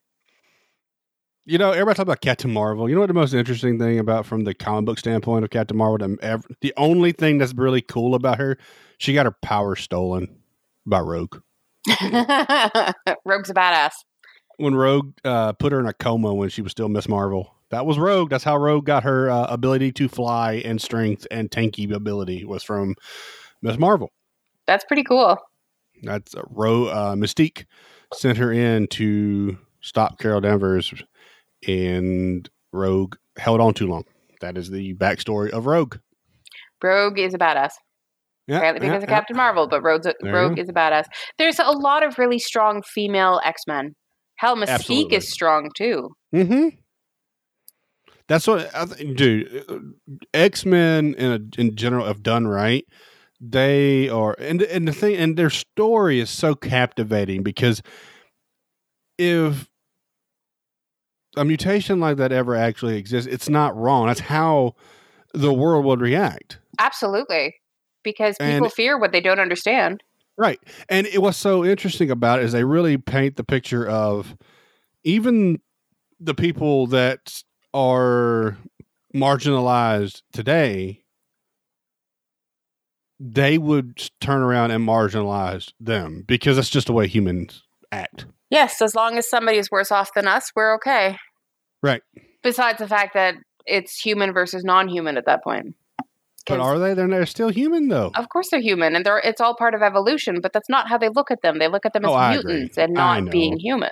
S1: You know, everybody talk about Captain Marvel. You know what the most interesting thing about from the comic book standpoint of Captain Marvel? The, ev- the only thing that's really cool about her, she got her power stolen by Rogue.
S3: Rogue's a badass.
S1: When Rogue uh, put her in a coma when she was still Miss Marvel, that was Rogue. That's how Rogue got her uh, ability to fly and strength and tanky ability was from Miss Marvel.
S3: That's pretty cool.
S1: That's a Ro- uh, Mystique sent her in to stop Carol Danvers, and Rogue held on too long. That is the backstory of Rogue.
S3: Rogue is a badass.
S1: Yeah,
S3: Apparently
S1: yeah,
S3: because of
S1: yeah.
S3: Captain Marvel, but Rogue's a,
S1: you
S3: Rogue
S1: go.
S3: is a badass. There's a lot of really strong female X Men. Hell, Mystique
S1: Absolutely.
S3: is strong too.
S1: Mm-hmm. That's what I th- dude. X Men in a, in general, if done right, they are, and and the thing, and their story is so captivating because if a mutation like that ever actually exists, it's not wrong. That's how the world would react.
S3: Absolutely. Because people
S1: And-
S3: fear what they don't understand.
S1: Right. And it, what's so interesting about it is they really paint the picture of even the people that are marginalized today, they would turn around and marginalize them because that's just the way humans act.
S3: Yes, as long as somebody is worse off than us, we're okay.
S1: Right.
S3: Besides the fact that it's human versus non human at that point.
S1: But
S3: 'Cause
S1: are they? They're, they're still human, though.
S3: of course they're human and they're it's all part of evolution, but that's not how they look at them. They look at them
S1: Oh, I
S3: as
S1: agree.
S3: mutants and
S1: I
S3: not being
S1: know.
S3: human.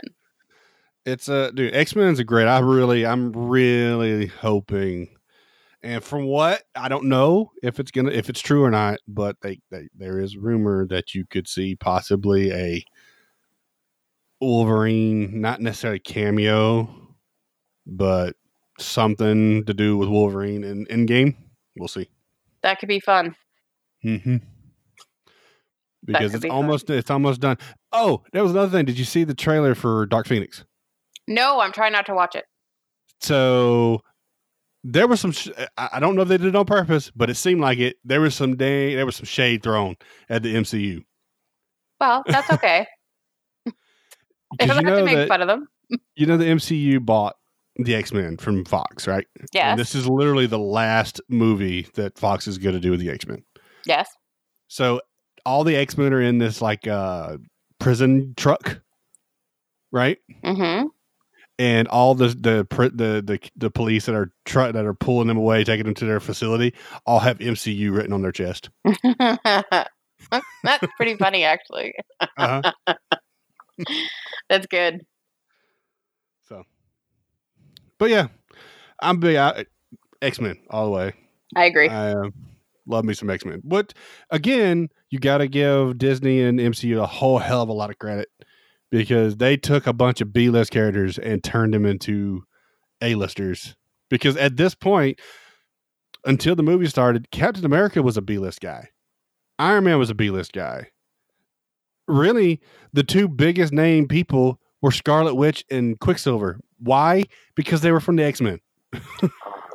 S1: It's a dude. X Men's a great. I really, I'm really hoping. And from what I don't know if it's gonna if it's true or not, but they, they there is rumor that you could see possibly a Wolverine, not necessarily cameo, but something to do with Wolverine in Endgame. We'll see.
S3: That could be fun.
S1: Mm-hmm. Because
S3: could
S1: it's
S3: be fun.
S1: almost it's almost done. Oh, that was another thing. Did you see the trailer for Dark Phoenix?
S3: No, I'm trying not to watch it.
S1: So there was some. Sh- I I don't know if they did it on purpose, but it seemed like it. There was some day. There was some shade thrown at the MCU
S3: Well, that's okay. I
S1: because
S3: don't
S1: you
S3: have to
S1: know
S3: make
S1: that
S3: fun of them.
S1: you know the MCU bought the X Men from Fox, right?
S3: Yes.
S1: And this is literally the last movie that Fox is going to do with the X Men.
S3: yes.
S1: So all the X Men are in this like uh, prison truck, right?
S3: Mm-hmm.
S1: and all the the pr- the the, the police that are try, that are pulling them away, taking them to their facility, all have MCU written on their chest.
S3: that's pretty funny, actually.
S1: Uh-huh.
S3: That's good.
S1: so, but yeah, I'm big X Men all the way.
S3: I agree.
S1: I um, love me some X Men, but again, you got to give Disney and MCU a whole hell of a lot of credit because they took a bunch of B list characters and turned them into A listers. Because at this point, until the movie started, Captain America was a B list guy, Iron Man was a B list guy. Really, the two biggest name people were Scarlet Witch and Quicksilver. Why? Because they were from the X Men.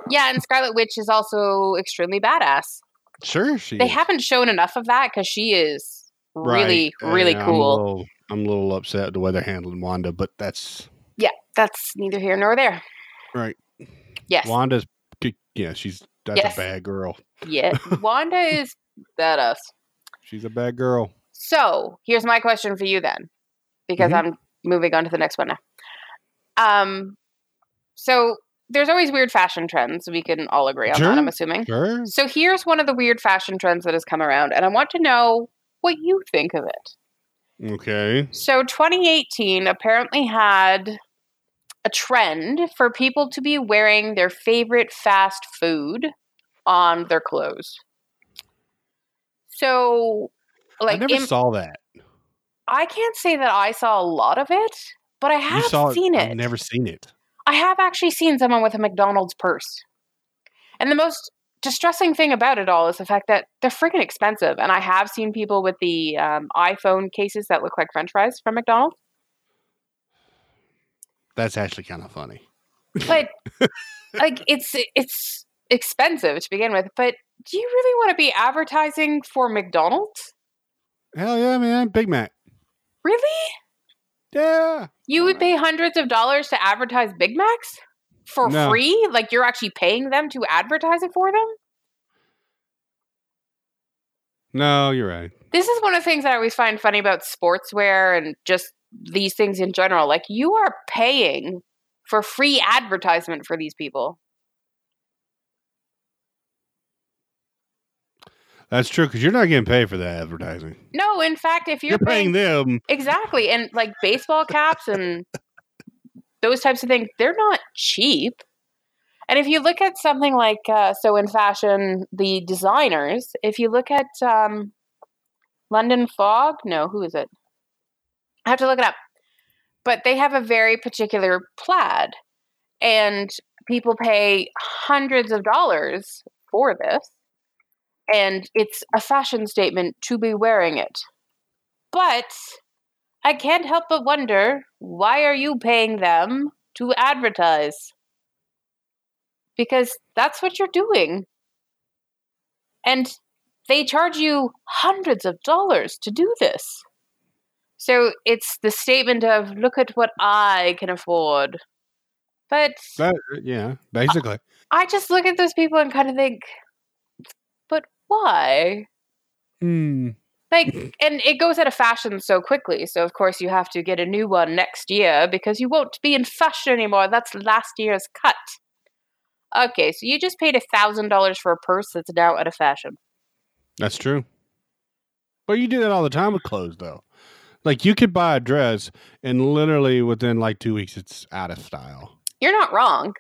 S3: Yeah, and Scarlet Witch is also extremely badass.
S1: Sure, she.
S3: They
S1: is.
S3: haven't shown enough of that because she is
S1: Right. uh,
S3: really, really
S1: Yeah,
S3: cool.
S1: I'm a, little, I'm a little upset at the way they're handling Wanda, but that's
S3: yeah, that's neither here nor there.
S1: Right.
S3: Yes.
S1: Wanda's. Yeah, she's that's
S3: Yes.
S1: a bad girl.
S3: yeah. Wanda is badass.
S1: She's a bad girl.
S3: So here's my question for you then, because
S1: Mhm.
S3: I'm moving on to the next one now. Um, so there's always weird fashion trends. We can all agree on
S1: Sure.
S3: that, I'm assuming.
S1: Sure.
S3: So here's one of the weird fashion trends that has come around, and I want to know what you think of it.
S1: Okay.
S3: So 2018 apparently had a trend for people to be wearing their favorite fast food on their clothes. So like
S1: I never
S3: in-
S1: saw that.
S3: I can't say that I saw a lot of it, but I have
S1: you saw
S3: seen it.
S1: I've never seen it.
S3: I have actually seen someone with a McDonald's purse. And the most distressing thing about it all is the fact that they're freaking expensive. And I have seen people with the um, iPhone cases that look like French fries from McDonald's.
S1: That's actually kind of funny.
S3: But like, it's it's expensive to begin with. But do you really want to be advertising for McDonald's?
S1: Hell yeah, man! Big Mac.
S3: Really?
S1: Yeah.
S3: You would pay hundreds of dollars to advertise Big Macs for
S1: No.
S3: free? Like you're actually paying them to advertise it for them?
S1: No, you're right.
S3: This is one of the things that I always find funny about sportswear and just these things in general. Like you are paying for free advertisement for these people.
S1: That's true because you're not getting paid for that advertising.
S3: No, in fact, if you're,
S1: You're, paying, them.
S3: exactly, and like baseball caps and those types of things, they're not cheap. And if you look at something like uh, so in fashion, the designers. If you look at um, London Fog, no, who is it? I have to look it up. But they have a very particular plaid, and people pay hundreds of dollars for this. And it's a fashion statement to be wearing it. But I can't help but wonder why are you paying them to advertise? Because that's what you're doing. And they charge you hundreds of dollars to do this. So it's the statement of look at what I can afford. But
S1: That,
S3: Uh
S1: yeah, basically.
S3: I just look at those people and kind of think, but why?
S1: Hmm.
S3: Like, and it goes out of fashion so quickly. So, of course, you have to get a new one next year because you won't be in fashion anymore. That's last year's cut. Okay, so you just paid a $1,000 for a purse that's now out of fashion.
S1: That's true. But you do that all the time with clothes, though. Like you could buy a dress, and literally within like two weeks, it's out of style.
S3: You're not wrong.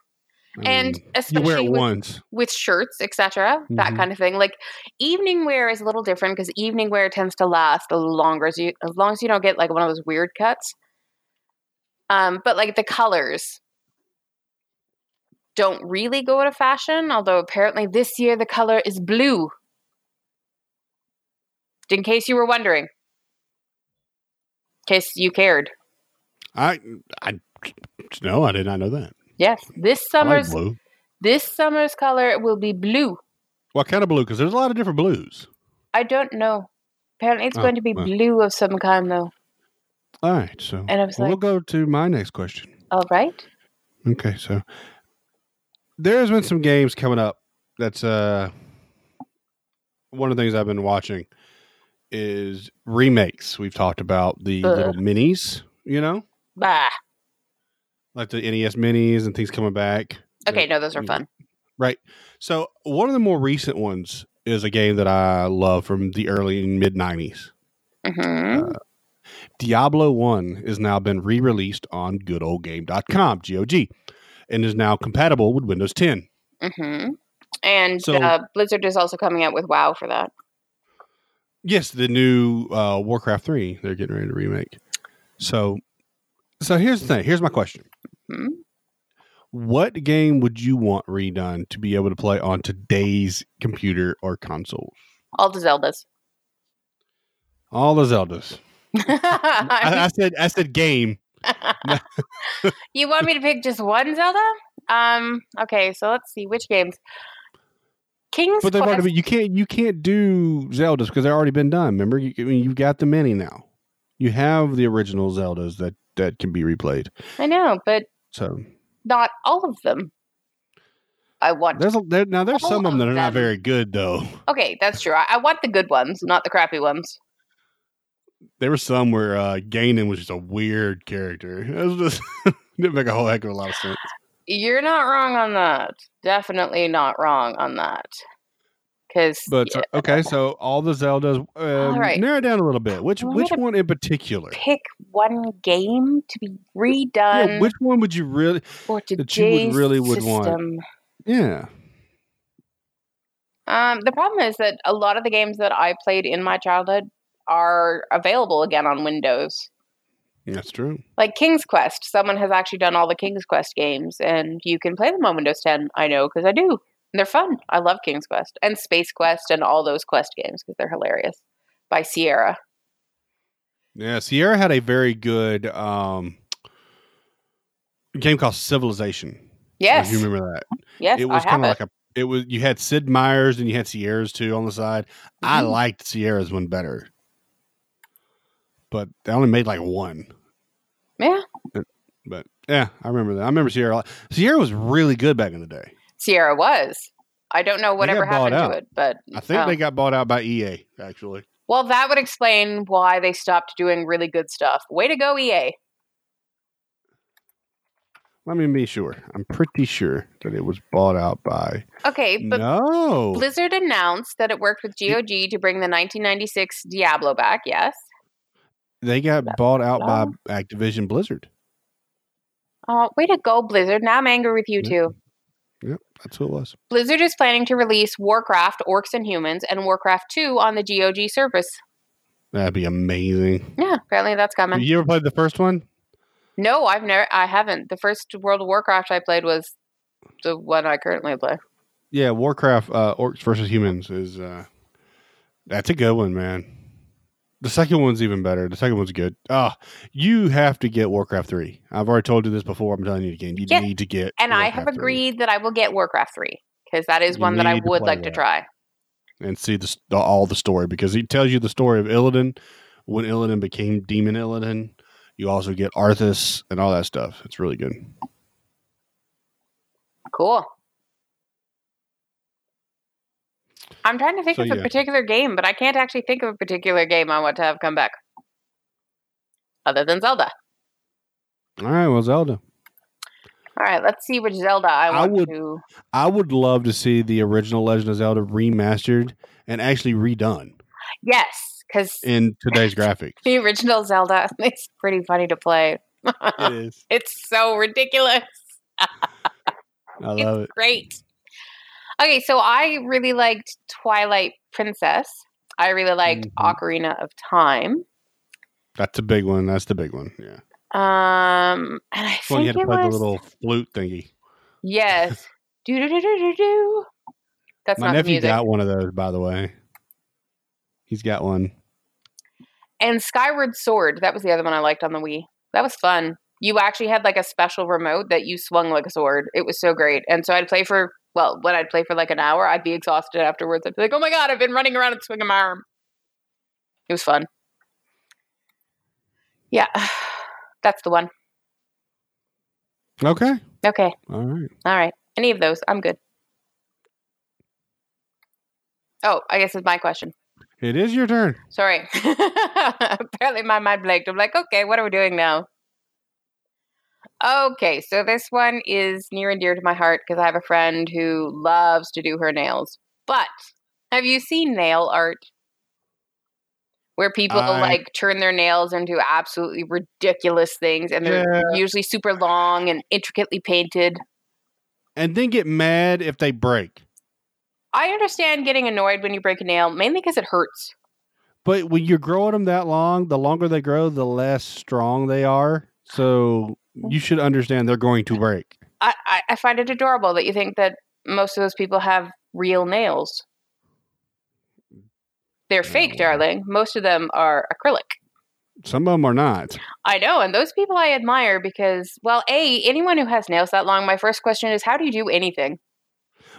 S1: I
S3: And
S1: mean, you
S3: especially
S1: wear it
S3: with,
S1: once.
S3: with shirts, etc., that
S1: Mhm.
S3: kind of thing. Like evening wear is a little different because evening wear tends to last a longer as you as long as you don't get like one of those weird cuts. Um, but like the colors don't really go out of fashion, although apparently this year the color is blue. In case you were wondering. In case you cared.
S1: I, I, no, I did not know that.
S3: Yes. This
S1: I like
S3: summer's
S1: blue.
S3: this summer's color will be blue.
S1: What kind of blue? Because there's a lot of different blues.
S3: I don't know. Apparently, it's
S1: Oh,
S3: going to be
S1: well.
S3: blue of some kind, though.
S1: All right, so
S3: And I was
S1: well, we'll
S3: like-
S1: go to my next question.
S3: All right.
S1: Okay, so there's been some games coming up. That's uh one of the things I've been watching is remakes. We've talked about the
S3: Ugh.
S1: little minis, you know,
S3: Bah.
S1: like the NES minis and things coming back.
S3: Okay, no, those are
S1: Mm.
S3: fun.
S1: Right. So one of the more recent ones is a game that I love from the early and mid '90s.
S3: hmm
S1: Diablo 1 has now been re released on goodoldgame.com, GOG, and is now compatible with Windows 10.
S3: hmm And
S1: Uh, So-
S3: uh, Blizzard is also coming out with WoW for that.
S1: Yes, the new uh, Warcraft 3 they're getting ready to remake. So so here's the thing. Here's my question.
S3: Hmm?
S1: What game would you want redone to be able to play on today's computer or consoles?
S3: All the Zeldas.
S1: All the Zeldas. I, I
S3: I,
S1: said I said game.
S3: you want me to pick just one Zelda? Um. Okay, so let's see which games. King's
S1: But they've
S3: Quest.
S1: already been, you can't you can't do Zeldas because they've already been done. Remember, you, I mean, you've got the many now. You have the original Zeldas that that can be replayed.
S3: I know, but
S1: So
S3: not all of them. I want.
S1: there's a, there, now there's
S3: All
S1: some of them that are
S3: of
S1: not
S3: them.
S1: very good though.
S3: Okay, that's true. I, I want the good ones, not the crappy ones.
S1: There were some where uh, Ganon was just a weird character. It was just didn't make a whole heck of a lot of sense.
S3: You're not wrong on that. Definitely not wrong on that. Because
S1: But uh, okay, so all the Zeldas. Um,
S3: right.
S1: Narrow it down a little bit. Which
S3: I
S1: which
S3: wanted to
S1: one in particular?
S3: pick one game to be
S1: Yeah,
S3: redone
S1: which one would you really?
S3: for
S1: that you would
S3: today's
S1: really would want?
S3: system.
S1: Yeah.
S3: Um, the problem is that a lot of the games that I played in my childhood are available again on Windows.
S1: That's true.
S3: Like King's Quest, someone has actually done all the King's Quest games, and you can play them on Windows 10. I know because I do. And they're fun. I love King's Quest and Space Quest and all those Quest games because they're hilarious. By Sierra.
S1: Yeah, Sierra had a very good um, game called Civilization. I don't know
S3: Yes.
S1: if you remember that?
S3: Yes,
S1: it was
S3: I have
S1: kind of
S3: it.
S1: like a. It was you had Sid Meier's and you had Sierra's too on the side. I
S3: Mhm.
S1: liked Sierra's one better, but they only made like one. Uh,
S3: yeah.
S1: But yeah, I remember that. I remember Sierra. a lot. Sierra was really good back in the day.
S3: Sierra was. I don't know whatever
S1: got bought
S3: happened
S1: out.
S3: to it, but
S1: I think
S3: um,
S1: they got bought out by EA actually.
S3: Well, that would explain why they stopped doing really good stuff. Way to go, E EA.
S1: Let me be sure. I'm pretty sure that it was bought out by.
S3: Okay, but
S1: no,
S3: Blizzard announced that it worked with GOG to bring the 1996 Diablo back. Yes.
S1: they got bought out by
S3: No.
S1: Activision Blizzard.
S3: Oh, way to go, Blizzard. Now I'm angry with you
S1: Yeah.
S3: too.
S1: That's who it was.
S3: Blizzard is planning to release Warcraft, Orcs and Humans, and Warcraft 2 on the GOG service.
S1: That'd be amazing.
S3: Yeah, apparently that's coming.
S1: You ever played the first one?
S3: No, I've never, I haven't. The first World of Warcraft I played was the one I currently play.
S1: Yeah, Warcraft uh, Orcs versus Humans is uh, that's a good one, man. The second one's even better. The second one's good. Ah, you have to get Warcraft three. I've already told you this before. I'm telling you again. You
S3: Yeah,
S1: need to get.
S3: And I have
S1: Warcraft III
S3: agreed that I will get Warcraft 3 because that is
S1: You
S3: one that I
S1: need to
S3: would
S1: play
S3: like to
S1: that.
S3: try.
S1: and see the, st- all the story because he tells you the story of Illidan when Illidan became Demon Illidan. You also get Arthas and all that stuff. It's really good.
S3: Cool. I'm trying to think
S1: So,
S3: of
S1: yeah.
S3: a particular game, but I can't actually think of a particular game I want to have come back other than Zelda.
S1: All right, well, Zelda.
S3: All right, let's see which Zelda I
S1: I
S3: want
S1: would-
S3: to.
S1: I would love to see the original Legend of Zelda remastered and actually redone
S3: Yes, because
S1: in today's graphics.
S3: the original Zelda is pretty funny to play.
S1: It is.
S3: It's so ridiculous.
S1: I
S3: It's
S1: love it.
S3: great. Okay, so I really liked Twilight Princess. I really liked
S1: Mhm.
S3: Ocarina of Time.
S1: That's a big one. That's the big one. Yeah.
S3: Um, and I
S1: It's
S3: think
S1: when you had to
S3: it
S1: play the
S3: was-
S1: little flute thingy.
S3: Yes. do do do do do do. That's
S1: My
S3: not the
S1: nephew
S3: music.
S1: got one of those, by the way. He's got one.
S3: And Skyward Sword. That was the other one I liked on the Wii. That was fun. You actually had like a special remote that you swung like a sword. It was so great. And so I'd play for well, when I'd play for like an hour, I'd be exhausted afterwards. I'd be like, "Oh my god, I've been running around and swinging my arm." It was fun. Yeah, that's the one.
S1: Okay.
S3: Okay,
S1: All right.
S3: all right. Any of those, I'm good. Oh, I guess it's my question.
S1: It is your turn.
S3: Sorry. Apparently, my mind blanked. I'm like, okay, what are we doing now? Okay, so this one is near and dear to my heart because I have a friend who loves to do her nails. But have you seen nail art? Where people
S1: I-
S3: like turn their nails into absolutely ridiculous things and they're
S1: Yeah.
S3: usually super long and intricately painted.
S1: And then get mad if they break.
S3: I understand getting annoyed when you break a nail, mainly because it hurts.
S1: But when you're growing them that long, the longer they grow, the less strong they are. So you should understand they're going to break.
S3: I, I, I find it adorable that you think that most of those people have real nails. They're
S1: Yeah,
S3: fake,
S1: well.
S3: darling. Most of them are acrylic.
S1: Some of them are not.
S3: I know, and those people I admire because, well, a anyone who has nails that long, my first question is, how do you do anything?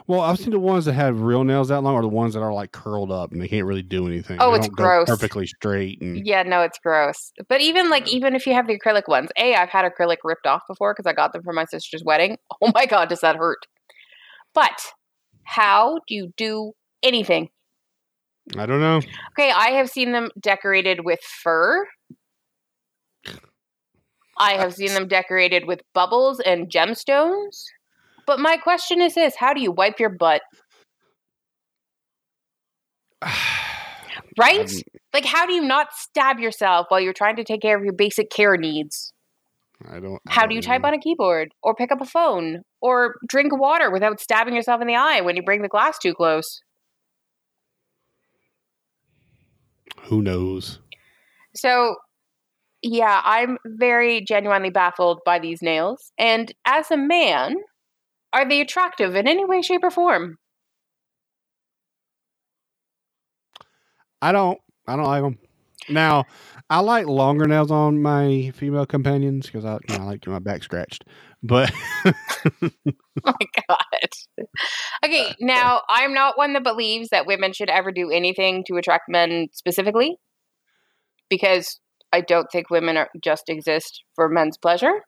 S1: Well, I've seen the ones that have real nails that long are the ones that are like curled up and they can't really do anything.
S3: Oh,
S1: They
S3: it's
S1: don't go
S3: gross.
S1: Perfectly straight. And
S3: Yeah, no, it's gross. But even like even if you have the acrylic ones, a I've had acrylic ripped off before because I got them for my sister's wedding. Oh my god, does that hurt? But how do you do anything?
S1: I don't know.
S3: Okay, I have seen them decorated with fur. I have seen them decorated with bubbles and gemstones. But my question is this how do you wipe your butt? Right?
S1: Um,
S3: like, how do you not stab yourself while you're trying to take care of your basic care needs?
S1: I don't. I
S3: How
S1: don't
S3: do you type
S1: know.
S3: on a keyboard or pick up a phone or drink water without stabbing yourself in the eye when you bring the glass too close?
S1: Who knows?
S3: So, yeah, I'm very genuinely baffled by these nails. And as a man, are they attractive in any way, shape, or form?
S1: I don't. I don't like them. Now, I like longer nails on my female companions because I, you know, I like my back scratched. But
S3: Oh my God. Okay, now I'm not one that believes that women should ever do anything to attract men specifically because I don't think women are, just exist for men's pleasure.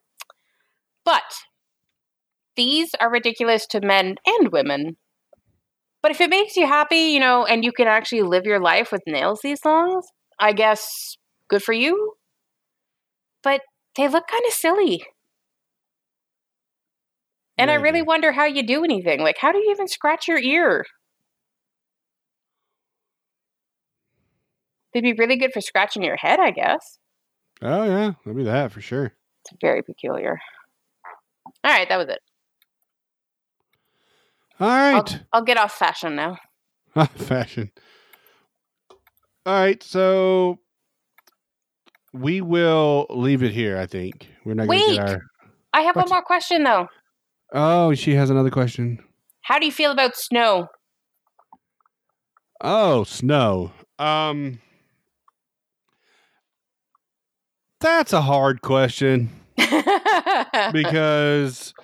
S3: But these are ridiculous to men and women. But if it makes you happy, you know, and you can actually live your life with nails these long, I guess good for you. But they look kind of silly. And I really
S1: Maybe.
S3: wonder how you do anything. Like, how do you even scratch your ear? They'd be really good for scratching your head, I guess.
S1: oh yeah, that'd be that for sure.
S3: It's very peculiar. All right, that was it.
S1: All right.
S3: I'll get off fashion now.
S1: fashion. All right, so we will leave it here. I think we're not. Gonna
S3: Wait.
S1: get our...
S3: I have
S1: What?
S3: one more question, though.
S1: Oh, she has another question.
S3: How do you feel about snow?
S1: Oh, snow. Um, that's a hard question because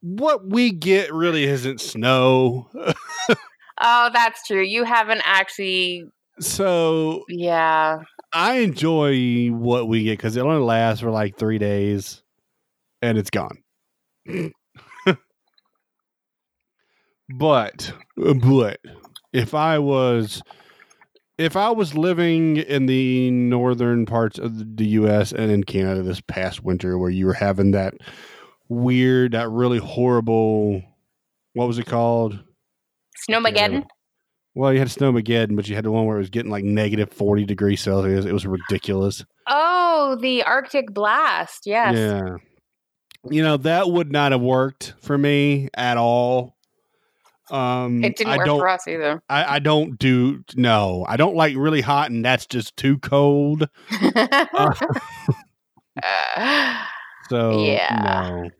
S1: what we get really isn't snow.
S3: oh, that's true. You haven't actually.
S1: So
S3: Yeah.
S1: I enjoy what we get because it only lasts for like three days and it's gone. but, but if I was, if I was living in the northern parts of the US and in Canada this past winter where you were having that weird, that really horrible, what was it called?
S3: Snowmageddon?
S1: Well, you had Snowmageddon, but you had the one where it was getting like negative 40 degrees Celsius. It was ridiculous.
S3: Oh, the Arctic blast. Yes.
S1: Yeah. You know, that would not have worked for me at all. Um
S3: It didn't
S1: I
S3: work
S1: don't
S3: for us either.
S1: I, I don't do no. I don't like really hot and that's just too cold.
S3: Uh,
S1: So
S3: Yeah.
S1: no.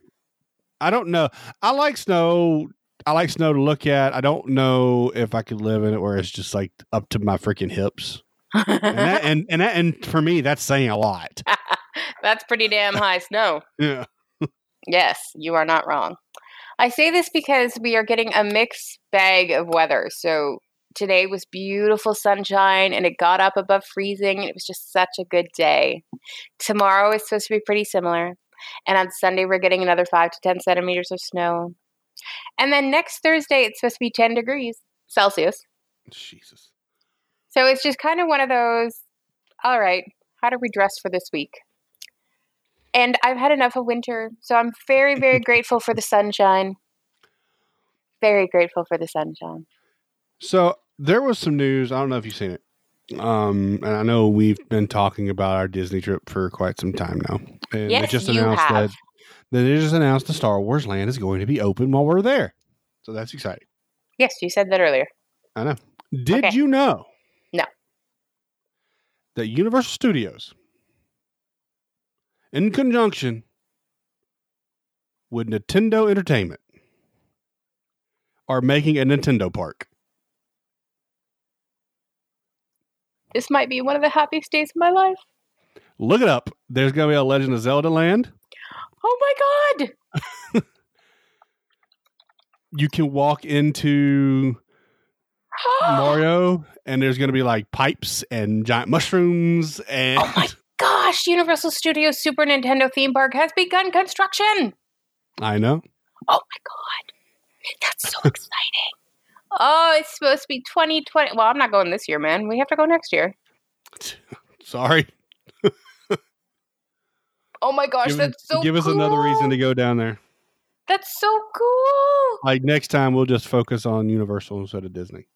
S1: I don't know. I like snow. I like snow to look at. I don't know if I could live in it where it's just like up to my freaking hips. And that, and, and that, and for me that's saying a lot.
S3: That's pretty damn high snow.
S1: Yeah.
S3: Yes, you are not wrong. I say this because we are getting a mixed bag of weather. So today was beautiful sunshine and it got up above freezing and it was just such a good day. Tomorrow is supposed to be pretty similar. And on Sunday, we're getting another five to 10 centimeters of snow. And then next Thursday, it's supposed to be 10 degrees Celsius.
S1: Jesus.
S3: So it's just kind of one of those, all right, how do we dress for this week? And I've had enough of winter, so I'm very, very grateful for the sunshine. Very grateful for the sunshine.
S1: So there was some news. I don't know if you've seen it. Um, and I know we've been talking about our Disney trip for quite some time now. And
S3: Yes, you have.
S1: that that they just announced the Star Wars land is going to be open while we're there. So that's exciting.
S3: Yes, you said that earlier.
S1: Did
S3: Okay.
S1: you know?
S3: No.
S1: That Universal Studios, in conjunction with Nintendo Entertainment, are making a Nintendo park.
S3: This might be one of the happiest days of my life.
S1: Look it up. There's going to be a Legend of Zelda land.
S3: Oh my god!
S1: You can walk into Mario, and there's going to be like pipes and giant mushrooms and
S3: Oh my gosh, Universal Studios Super Nintendo theme park has begun construction.
S1: I know.
S3: Oh my god. That's so exciting. Oh, it's supposed to be 2020. Well, I'm not going this year, man. We have to go next year.
S1: Sorry.
S3: Oh my gosh,
S1: give
S3: that's so
S1: give us another reason to go down there.
S3: That's so cool.
S1: Like next time we'll just focus on Universal instead of Disney.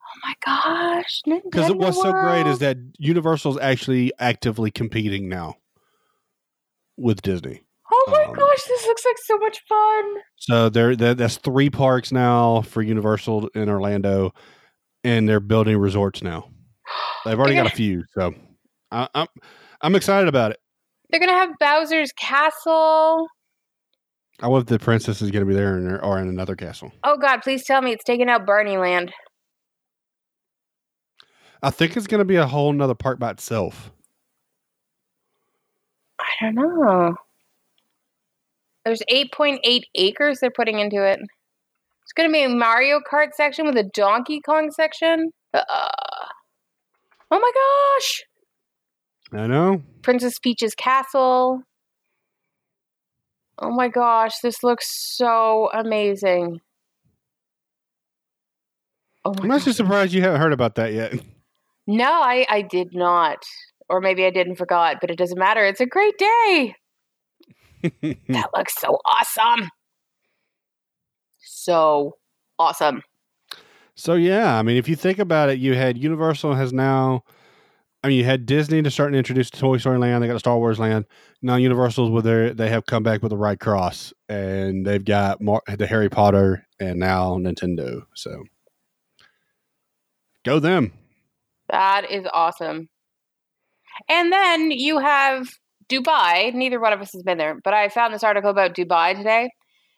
S3: Oh my gosh.
S1: Because
S3: Nintendo
S1: what's so great is
S3: World.
S1: that Universal's actually actively competing now with Disney.
S3: Oh my
S1: um,
S3: gosh, this looks like so much fun.
S1: So there, there that's three parks now for Universal in Orlando, and they're building resorts now. They've already got a few, so I, I'm I'm excited about it.
S3: They're going to have Bowser's Castle.
S1: I wonder if the princess is going to be there in, or in another castle.
S3: Oh god, please tell me it's taking out Barney Land.
S1: I think it's going to be a whole nother park by itself.
S3: I don't know. There's 8.8 acres they're putting into it. It's going to be a Mario Kart section with a Donkey Kong section. Uh, oh my gosh!
S1: I know.
S3: Princess Peach's castle. Oh my gosh, this looks so amazing. Oh my
S1: I'm actually surprised you haven't heard about that yet.
S3: No, I, I did not. Or maybe I did and forgot, but it doesn't matter. It's a great day.
S1: Hmm.
S3: That looks so awesome. So awesome.
S1: so yeah, I mean, if you think about it, you had Universal has now. I mean, you had Disney to start to introduce Toy Story Land. They got a Star Wars Land. Now Universal's with their they have come back with the right cross, and they've got Mar- the Harry Potter, and now Nintendo. So go them.
S3: That is awesome. And then you have Dubai. Neither one of us has been there, but I found this article about Dubai today.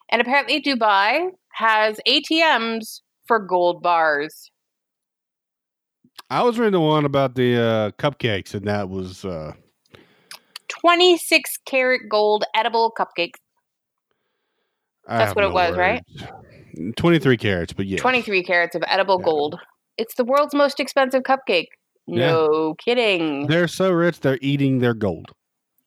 S3: And apparently, Dubai has ATMs for gold bars.
S1: I was reading the one about the uh, cupcakes, and that was uh,
S3: 26 karat gold edible cupcakes.
S1: I
S3: That's
S1: have
S3: what it was, right?
S1: right? Twenty three carats, but yeah,
S3: 23 carats of edible
S1: Yeah.
S3: gold. It's the world's most expensive cupcake.
S1: Yeah.
S3: No kidding.
S1: They're so rich, they're eating their gold.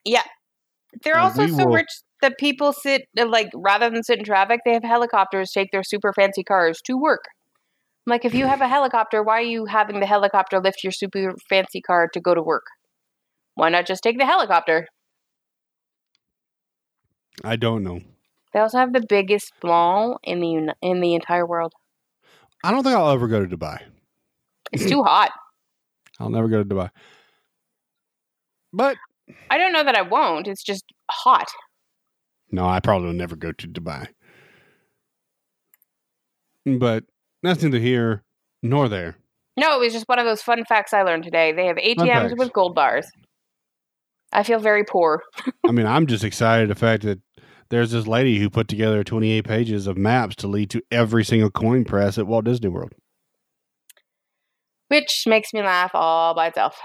S3: They're
S1: Uh,
S3: also
S1: we
S3: so
S1: will-
S3: rich that people sit uh, like rather than sit in traffic, they have helicopters take their super fancy cars to work. I'm like, if you have a helicopter, why are you having the helicopter lift your super fancy car to go to work? Why not just take the helicopter?
S1: I don't know.
S3: They also have the biggest mall in the uni- in the entire world.
S1: I don't think I'll ever go to Dubai.
S3: It's too hot.
S1: I'll never go to Dubai. But
S3: I don't know that I won't. It's just hot.
S1: no, I probably will never go to Dubai. But that's neither here nor there.
S3: No, it was just one of those fun facts I learned today. They have ATMs
S1: facts.
S3: with gold bars. I feel very poor.
S1: I mean, I'm just excited the fact that there's this lady who put together 28 pages of maps to lead to every single coin press at Walt Disney World.
S3: which makes me laugh all by itself.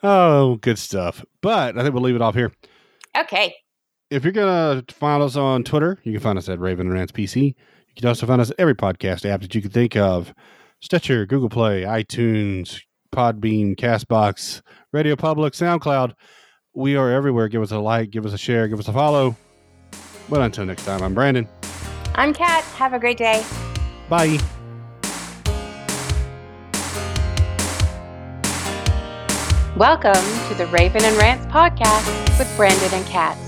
S1: Oh, good stuff. But I think we'll leave it off here.
S3: Okay.
S1: if you're gonna find us on Twitter, you can find us at Raven and Rants PC. You can also find us at every podcast app that you can think of: Stitcher, Google Play, iTunes, Podbean, Castbox, Radio Public, SoundCloud. We are everywhere. Give us a like, give us a share, give us a follow. But until next time, I'm Brandon.
S3: I'm Kat. Have a great day.
S1: Bye.
S3: Welcome to the Raven and Rants podcast with Brandon and Kat.